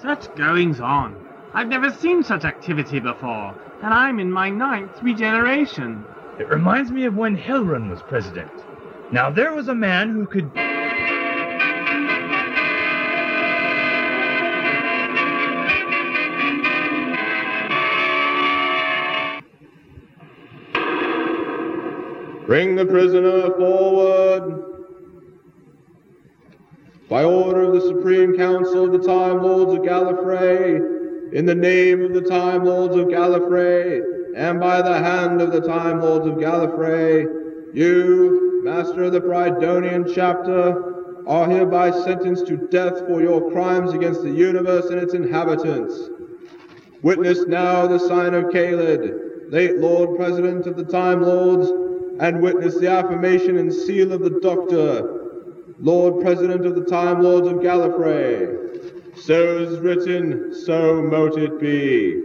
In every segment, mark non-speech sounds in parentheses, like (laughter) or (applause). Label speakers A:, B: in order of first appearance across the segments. A: Such goings on. I've never seen such activity before, and I'm in my ninth regeneration.
B: It reminds me of when Hilron was president. Now, there was a man who could.
C: Bring the prisoner forward. By order of the Supreme Council of the Time Lords of Gallifrey, in the name of the Time Lords of Gallifrey, and by the hand of the Time Lords of Gallifrey, you, Master of the Brydonian Chapter, are hereby sentenced to death for your crimes against the universe and its inhabitants. Witness now the sign of Kaled, late Lord President of the Time Lords, and witness the affirmation and seal of the Doctor, Lord President of the Time Lords of Gallifrey. So's written, so mote it be.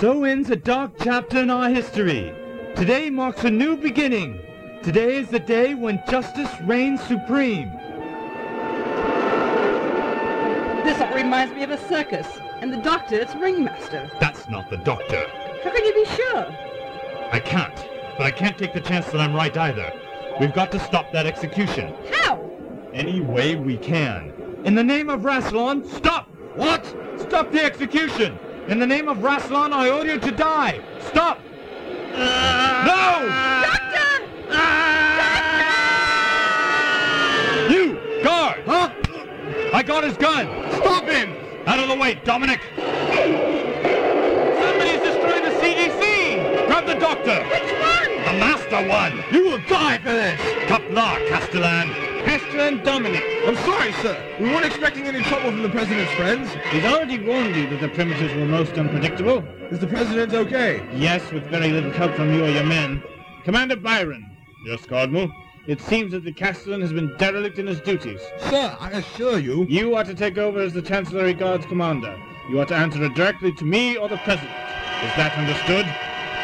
B: So ends a dark chapter in our history. Today marks a new beginning. Today is the day when justice reigns supreme.
D: This all reminds me of a circus, and the doctor is ringmaster.
B: That's not the doctor.
D: How can you be sure?
B: I can't. But I can't take the chance that I'm right either. We've got to stop that execution.
D: How?
B: Any way we can. In the name of Rassilon, stop! What? Stop the execution! In the name of Rassilon, I order you to die! Stop! no!
D: Doctor!
B: You! Guard! Huh? I got his gun! Stop him! Out of the way, Dominic! Somebody's destroying the CDC! Grab the doctor!
D: Which one?
B: The master one! You will die for this! Kaplar, Castellan! Castellan Dominic!
E: I'm sorry, sir. We weren't expecting any trouble from the president's friends.
F: He's already warned you that the premises were most unpredictable.
E: Is the president okay?
F: Yes, with very little help from you or your men. Commander Byron. Yes, Cardinal. It seems that the Castellan has been derelict in his duties.
E: Sir, I assure you.
F: You are to take over as the Chancellery Guards Commander. You are to answer directly to me or the President. Is that understood?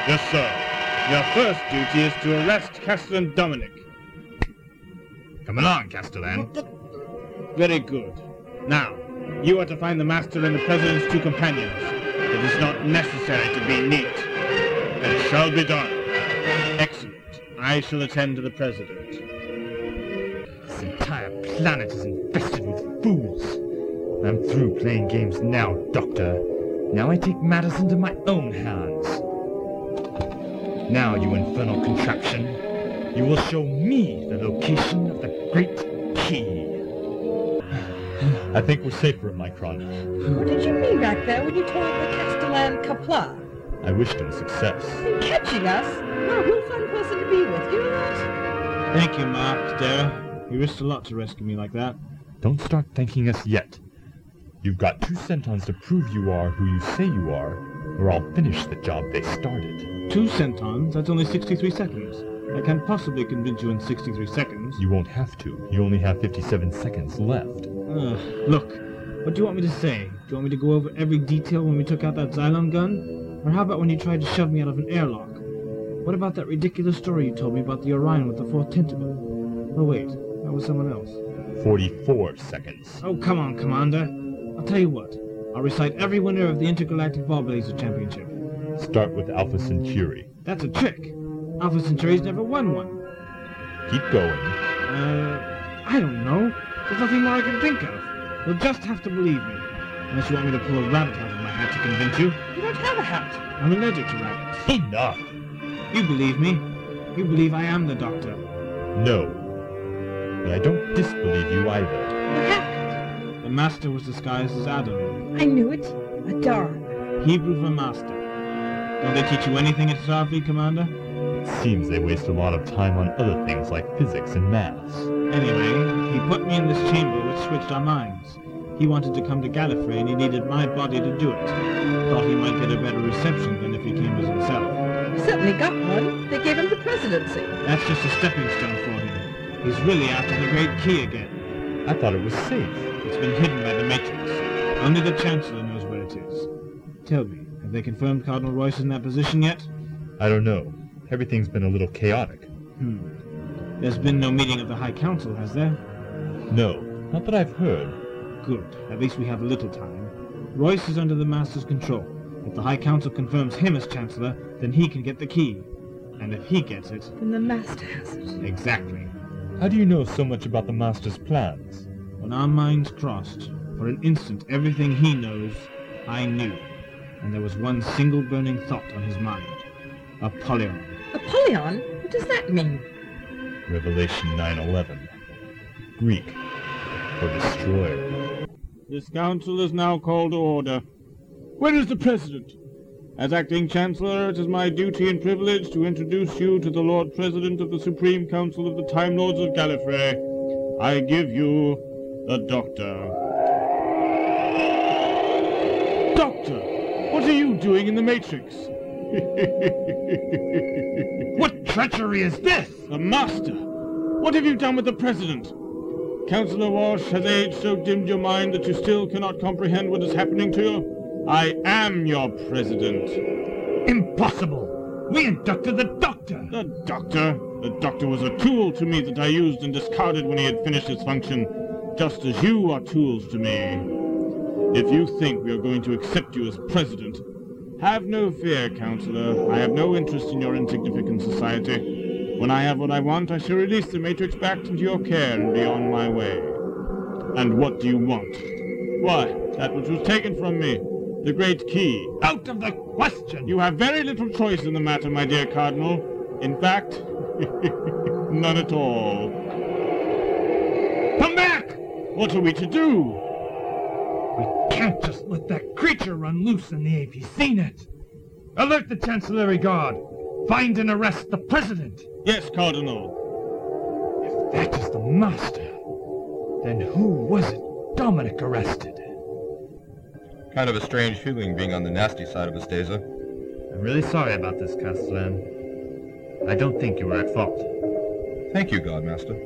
F: Yes, sir. Your first duty is to arrest Castellan Dominic.
B: Come along, Castellan.
F: Very good. Now, you are to find the Master and the President's two companions. It is not necessary to be neat. It shall be done. Excellent. I shall attend to the President.
B: This entire planet is infested with fools. I'm through playing games now, Doctor. Now I take matters into my own hands. Now, you infernal contraption, you will show me the location of the Great Key. I think we're safer in Micron.
D: What did you mean back there when you told the Castellan Kapla?
B: I wished him success.
D: And catching us? Not a real fun person to be with, you know that?
F: Thank you, Mark, Dara. You risked a lot to rescue me like that.
B: Don't start thanking us yet. You've got two centons to prove you are who you say you are, or I'll finish the job they started.
F: Two centons? That's only 63 seconds. I can't possibly convince you in 63 seconds.
B: You won't have to. You only have 57 seconds left.
F: Ugh, look, what do you want me to say? Do you want me to go over every detail when we took out that Xylon gun? Or how about when you tried to shove me out of an airlock? What about that ridiculous story you told me about the Orion with the fourth tentacle? Oh, wait, that was someone else.
B: 44 seconds.
F: Oh, come on, Commander. I'll tell you what. I'll recite every winner of the Intergalactic Ball Blazer Championship.
B: Start with Alpha Centauri.
F: That's a trick. Alpha Centauri's never won one.
B: Keep going.
F: Uh, I don't know. There's nothing more I can think of. You'll just have to believe me. Unless you want me to pull a rabbit out of my hat to convince you.
D: You don't have a hat.
F: I'm allergic to rabbits.
B: Enough!
F: You believe me. You believe I am the doctor.
B: No. But I don't disbelieve you either.
D: The hat.
F: The master was disguised as Adam.
D: I knew it. A darn.
F: Hebrew for master. Don't they teach you anything at Starfleet, Commander?
E: Seems they waste a lot of time on other things like physics and maths.
F: Anyway, he put me in this chamber which switched our minds. He wanted to come to Gallifrey and he needed my body to do it. Thought he might get a better reception than if he came as himself.
D: He certainly got one. They gave him the presidency.
F: That's just a stepping stone for him. He's really after the Great Key again.
E: I thought it was safe.
F: It's been hidden by the Matrix. Only the Chancellor knows where it is. Tell me, have they confirmed Cardinal Royce in that position yet?
E: I don't know. Everything's been a little chaotic.
F: Hmm. There's been no meeting of the High Council, has there?
E: No, not that I've heard.
F: Good. At least we have a little time. Royce is under the Master's control. If the High Council confirms him as Chancellor, then he can get the key. And if he gets it,
D: Then the master has it.
F: exactly.
E: How do you know so much about the Master's plans?
F: When our minds crossed, for an instant everything he knows, I knew. And there was one single burning thought on his mind. Apollyon.
D: Apollyon? What does that mean?
E: Revelation 9:11. Greek for destroyer.
F: This council is now called to order. Where is the President? As acting Chancellor, it is my duty and privilege to introduce you to the Lord President of the Supreme Council of the Time Lords of Gallifrey. I give you the Doctor. Doctor, what are you doing in the Matrix? what treachery is this? The Master! What have you done with the President? Councillor Walsh, has age so dimmed your mind that you still cannot comprehend what is happening to you? I am your president.
E: Impossible! We inducted the Doctor!
F: The doctor? The doctor was a tool to me that I used and discarded when he had finished his function, just as you are tools to me. If you think we are going to accept you as president, have no fear, Councillor. I have no interest in your insignificant society. When I have what I want, I shall release the Matrix back into your care and be on my way. And what do you want? Why, that which was taken from me. The Great Key.
E: Out of the question!
F: You have very little choice in the matter, my dear Cardinal. In fact, (laughs) none at all. Come back! What are we to do?
E: can't just let that creature run loose in the AP. Seen it! Alert the Chancellery Guard! Find and arrest the President!
F: Yes, Cardinal.
E: If that is the Master, then who was it Dominic arrested?
G: Kind of a strange feeling being on the nasty side of Esteza.
E: I'm really sorry about this, Castellan. I don't think you were at fault.
G: Thank you, Godmaster.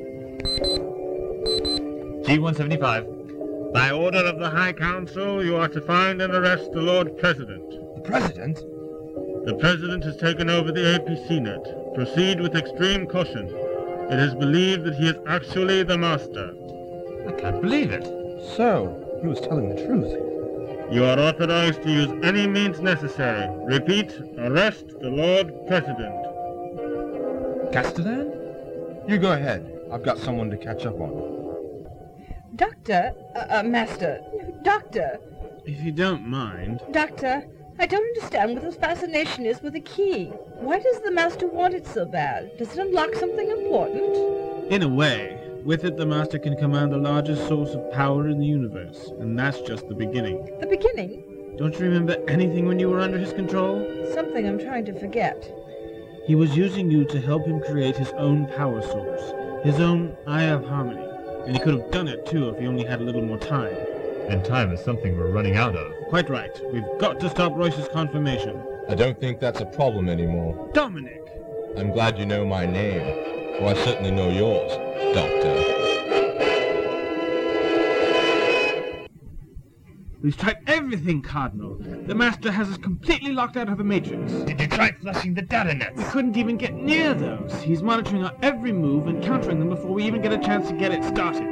E: G-175. By order of the High Council, you are to find and arrest the Lord President.
G: The President?
H: The President has taken over the APCNet. Proceed with extreme caution. It is believed that he is actually the Master.
E: I can't believe it.
G: So, he was telling the truth.
H: You are authorized to use any means necessary. Repeat, arrest the Lord President.
G: Castellan? You go ahead. I've got someone to catch up on.
D: Doctor? Uh, uh, master. Doctor.
A: If you don't mind.
D: Doctor, I don't understand what this fascination is with the key. Why does the master want it so bad? Does it unlock something important?
A: In a way, with it the Master can command the largest source of power in the universe, and that's just the beginning.
D: The beginning?
A: Don't you remember anything when you were under his control?
D: Something I'm trying to forget.
A: He was using you to help him create his own power source, his own Eye of Harmony. And he could have done it too if he only had a little more time.
E: And time is something we're running out of.
A: Quite right. We've got to stop Royce's confirmation.
G: I don't think that's a problem anymore.
A: Dominic!
G: I'm glad you know my name. For I certainly know yours, Doctor.
A: We've tried everything, Cardinal. The Master has us completely locked out of the Matrix.
E: Did you try flushing the data nets?
A: We couldn't even get near those. He's monitoring our every move and countering them before we even get a chance to get it started.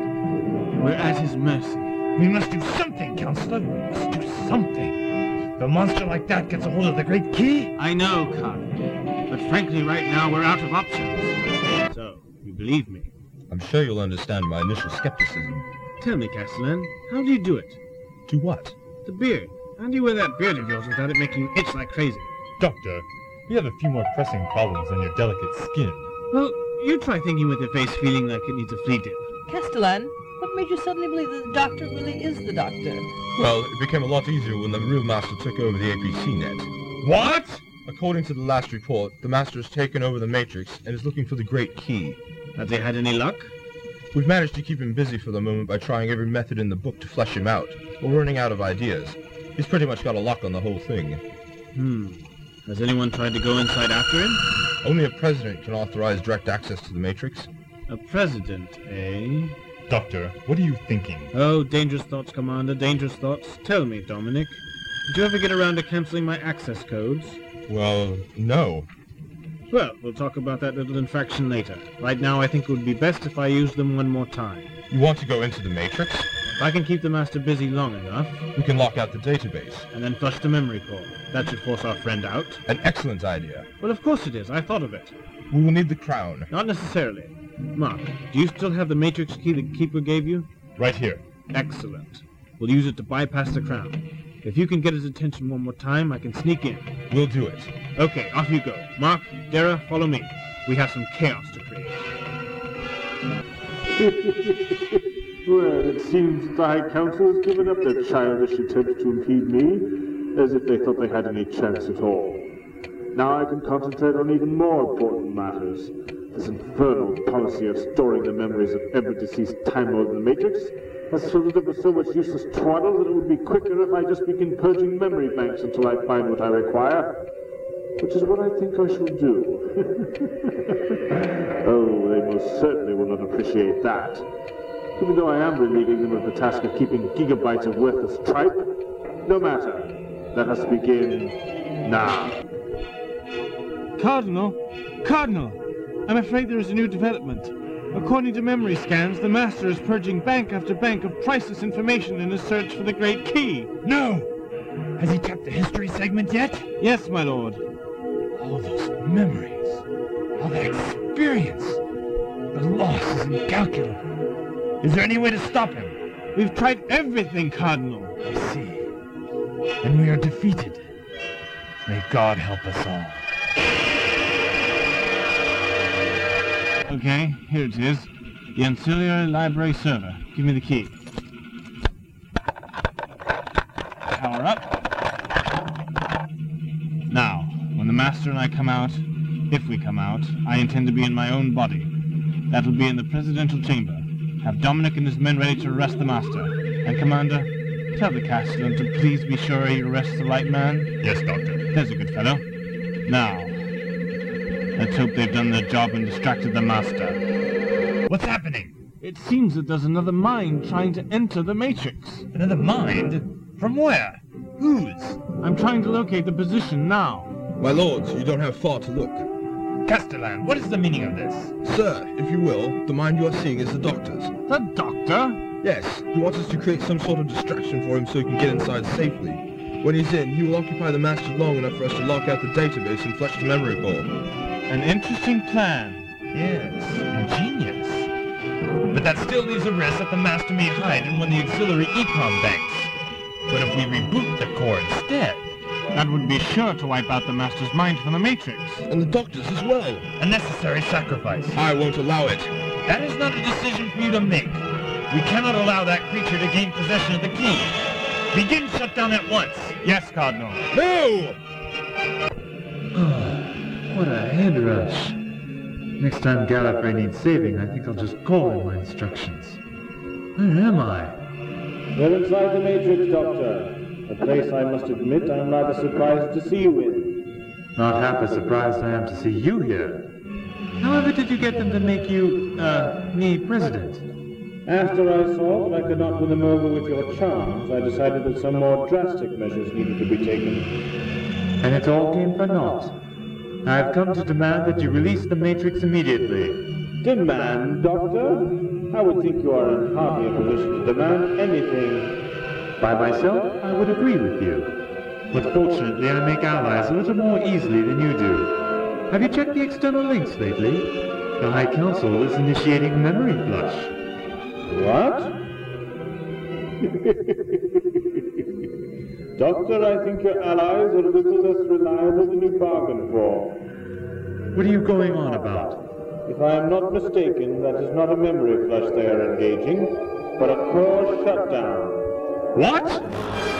A: We're at his mercy.
E: We must do something, Counselor. We must do something. If a monster like that gets a hold of the Great Key,
A: I know, Cardinal. But frankly, right now, we're out of options. So, you believe me.
G: I'm sure you'll understand my initial skepticism.
A: Tell me, Castellan, how do you do it?
G: To what?
A: The beard. How do you wear that beard of yours without it making you itch like crazy?
E: Doctor, we have a few more pressing problems on your delicate skin.
A: Well, you try thinking with your face feeling like it needs a flea dip.
D: Castellan, what made you suddenly believe that the doctor really is the doctor?
G: Well, it became a lot easier when the real master took over the APC net.
E: What? According to the last report, the Master has taken over the Matrix and is looking for the Great Key.
I: Have they had any luck?
E: We've managed to keep him busy for the moment by trying every method in the book to flesh him out. We're running out of ideas. He's pretty much got a lock on the whole thing.
I: Hmm. Has anyone tried to go inside after him?
E: Only a president can authorize direct access to the Matrix.
I: A president, eh?
J: Doctor, what are you thinking?
I: Oh, dangerous thoughts, Commander, dangerous thoughts. Tell me, Dominic, did you ever get around to canceling my access codes?
E: Well, no.
I: Well, we'll talk about that little infraction later. Right now, I think it would be best if I used them one more time.
E: You want to go into the Matrix?
I: If I can keep the Master busy long enough,
E: We can lock out the database.
I: and then flush the memory core, that should force our friend out.
E: An excellent idea.
I: Well, of course it is. I thought of it.
E: We will need the crown.
I: Not necessarily. Mark, do you still have the matrix key the Keeper gave you?
J: Right here.
I: Excellent. We'll use it to bypass the crown. If you can get his attention one more time, I can sneak in.
E: We'll do it.
I: Okay, off you go. Mark, Dara, follow me. We have some chaos to create.
F: (laughs) Well, it seems the High Council has given up their childish attempt to impede me, as if they thought they had any chance at all. Now I can concentrate on even more important matters. This infernal policy of storing the memories of every deceased Time Lord in the Matrix has filled it up with so much useless twaddle that it would be quicker if I just begin purging memory banks until I find what I require. Which is what I think I shall do. (laughs) oh, they most certainly will not appreciate that. Even though I am relieving them of the task of keeping gigabytes of worthless tripe, no matter. Let us begin now.
K: Cardinal? Cardinal! I'm afraid there is a new development. According to memory scans, the Master is purging bank after bank of priceless information in his search for the Great Key.
J: No! Has he tapped the history segment yet?
K: Yes, my lord.
J: All those memories. All that experience. The loss is incalculable. Is there any way to stop him?
K: We've tried everything, Cardinal.
J: I see. And we are defeated. May God help us all.
K: Okay, here it is. The ancillary library server. Give me the key. Power up. Now, when the Master and I come out, if we come out, I intend to be in my own body. That'll be in the presidential chamber. Have Dominic and his men ready to arrest the Master. And Commander, tell the Castellan to please be sure he arrests the right man.
J: Yes, Doctor.
K: There's a good fellow. Now, let's hope they've done their job and distracted the Master.
J: What's happening?
K: It seems that there's another mind trying to enter the Matrix.
J: Another mind? From where? Whose?
K: I'm trying to locate the position now.
E: My lords, you don't have far to look.
J: Castellan, what is the meaning of this?
E: Sir, if you will, the mind you are seeing is the Doctor's.
K: The Doctor?
E: Yes, he wants us to create some sort of distraction for him so he can get inside safely. When he's in, he will occupy the master long enough for us to lock out the database and flush the memory core.
K: An interesting plan.
J: Yes, ingenious. But that still leaves a risk that the master may hide in one of the auxiliary econ banks. What if we reboot the core instead?
K: That would be sure to wipe out the Master's mind from the Matrix.
E: And the doctor's as well.
J: A necessary sacrifice.
E: I won't allow it.
J: That is not a decision for you to make. We cannot allow that creature to gain possession of the key. Begin shutdown at once. Yes, Cardinal.
E: No!
L: Ah, What a head rush. Next time Gallifrey needs saving, I think I'll just call in my instructions. Where am I?
F: We're inside the Matrix, Doctor. A place I must admit I'm rather surprised to see you in.
L: Not half as surprised I am to see you here. However did you get them to make you, uh, me president?
F: After I saw that I could not win them over with your charms, I decided that some more drastic measures needed to be taken.
L: And it all came for naught. I've come to demand that you release the Matrix immediately.
F: Demand, Doctor? I would think you are in hardly a position to demand anything.
L: By myself, I would agree with you. But fortunately, I make allies a little more easily than you do. Have you checked the external links lately? The High Council is initiating memory flush. (laughs)
F: What? Doctor, I think your allies are a little less reliable than you bargained for.
L: What are you going on about?
F: If I am not mistaken, that is not a memory flush they are engaging, but a core shutdown.
J: What?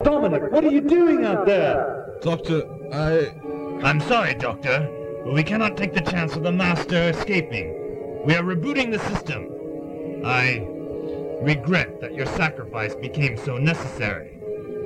F: are you doing out there?
E: Doctor, I...
M: I'm sorry, Doctor, but we cannot take the chance of the Master escaping. We are rebooting the system. I regret that your sacrifice became so necessary.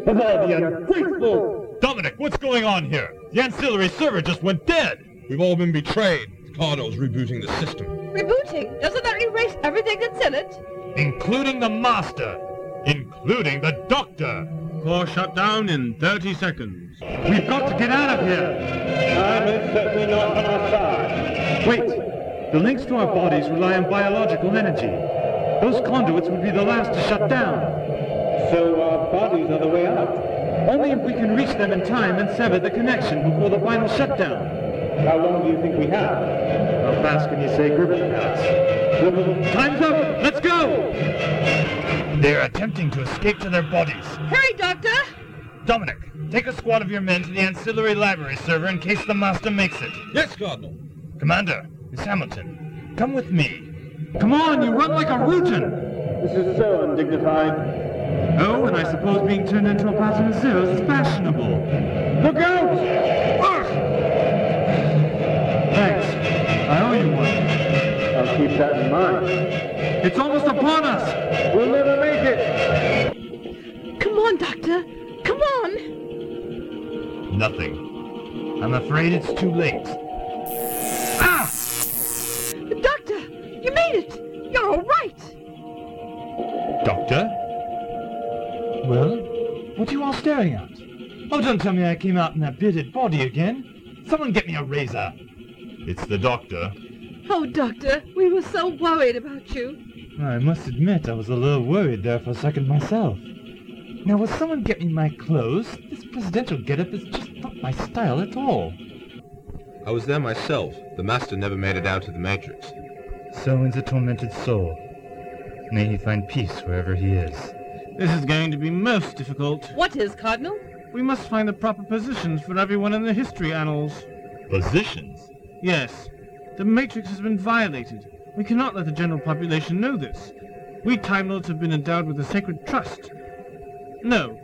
F: Of all the ungrateful!
M: Dominic, what's going on here? The ancillary server just went dead!
E: We've all been betrayed. Cardo's rebooting the system.
D: Rebooting? Doesn't that erase everything that's in it?
M: Including the Master! Including the Doctor!
N: Core shut down in 30 seconds.
F: We've got to get out of here!
O: Time is certainly not on our side.
F: Wait! The links to our bodies rely on biological energy. Those conduits would be the last to shut down.
O: So our bodies are the way out.
F: Only if we can reach them in time and sever the connection before the final shutdown.
O: How long do you think we have?
F: How fast can you say gripping nuts? Time's up! Let's go!
M: They're attempting to escape to their bodies.
D: Hurry, Doctor!
M: Dominic, take a squad of your men to the ancillary library server in case the Master makes it.
E: Yes, Cardinal.
M: Commander, Miss Hamilton, come with me.
F: Come on, you run like a rootin'!
O: This is so undignified.
F: Oh, and I suppose being turned into a plasma zero is fashionable. Look out! Thanks. I owe you one.
O: I'll keep that in mind.
F: It's almost upon us!
O: We'll never make it!
D: Come on, Doctor! Come on!
M: Nothing. I'm afraid it's too late. Ah!
D: Doctor! You made it! You're all right!
M: Doctor?
F: Well, what are you all staring at?
M: Oh, don't tell me I came out in that bearded body again. Someone get me a razor. It's the doctor.
D: Oh, Doctor, we were so worried about you.
F: I must admit I was a little worried there for a second myself. Now, will someone get me my clothes? This presidential getup is just not my style at all.
E: I was there myself. The Master never made it out of the Matrix.
M: So ends a tormented soul. May he find peace wherever he is.
A: This is going to be most difficult.
D: What is, Cardinal?
A: We must find the proper positions for everyone in the history annals.
M: Positions?
A: Yes, the Matrix has been violated. We cannot let the general population know this. We Time Lords have been endowed with a sacred trust. No,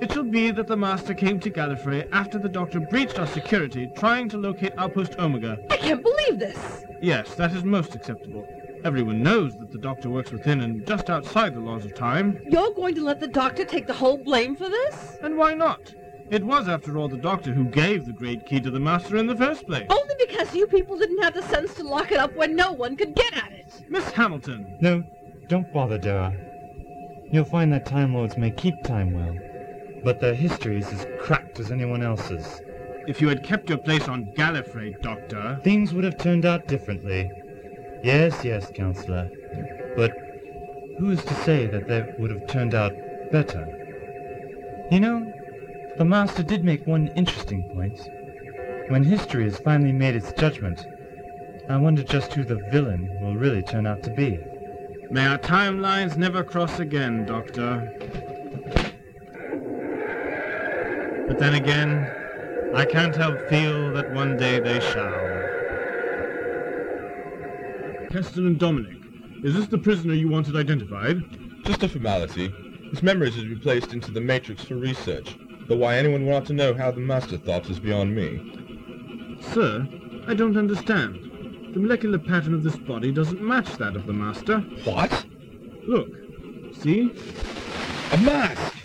A: it shall be that the Master came to Gallifrey after the Doctor breached our security trying to locate Outpost Omega.
D: I can't believe this!
A: Yes, that is most acceptable. Everyone knows that the Doctor works within and just outside the laws of time.
D: You're going to let the Doctor take the whole blame for this?
A: And why not? It was, after all, the Doctor who gave the Great Key to the Master in the first place.
D: Only because you people didn't have the sense to lock it up when no one could get at it!
A: Miss Hamilton,
F: No, don't bother, Dara. You'll find that Time Lords may keep time well, but their history is as cracked as anyone else's.
A: if you had kept your place on Gallifrey, Doctor,
F: Things would have turned out differently. Yes, yes, Counselor. But who is to say that they would have turned out better? You know, the Master did make one interesting point. When history has finally made its judgment, I wonder just who the villain will really turn out to be.
A: may our timelines never cross again, Doctor. But then again, I can't help feel that one day they shall.
N: Keston and Dominic, is this the prisoner you wanted identified?
E: Just a formality. His memories is to be placed into the Matrix for research. Though why anyone would ought to know how the Master thought is beyond me.
A: Sir, I don't understand. The molecular pattern of this body doesn't match that of the Master.
E: What?
A: Look, see?
E: A mask!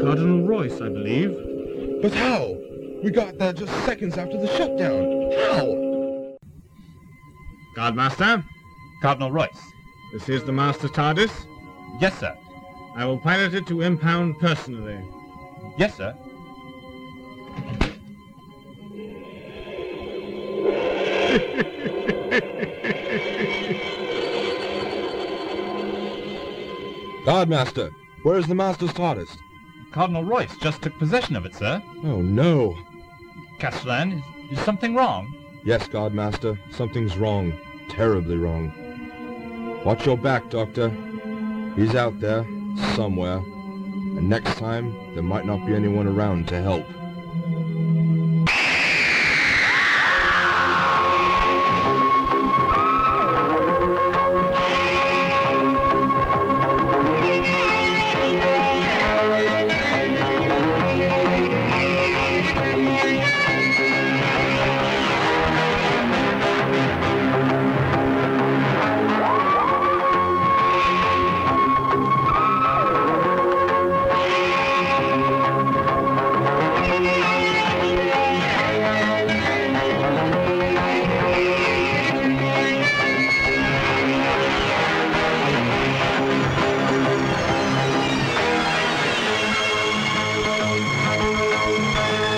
A: Cardinal Royce, I believe.
E: But how? We got there just seconds after the shutdown. How?
A: Guardmaster,
M: Cardinal Royce.
A: this is the Master TARDIS.
M: Yes, sir.
A: I will pilot it to impound personally.
M: Yes, sir.
E: Godmaster, where is the Master's TARDIS?
M: Cardinal Royce just took possession of it, sir.
E: Oh no.
M: Castellan, is, is something wrong?
E: Yes, Godmaster, something's wrong. Terribly wrong. Watch your back, Doctor. He's out there, somewhere. And next time, there might not be anyone around to help.
P: Thank you.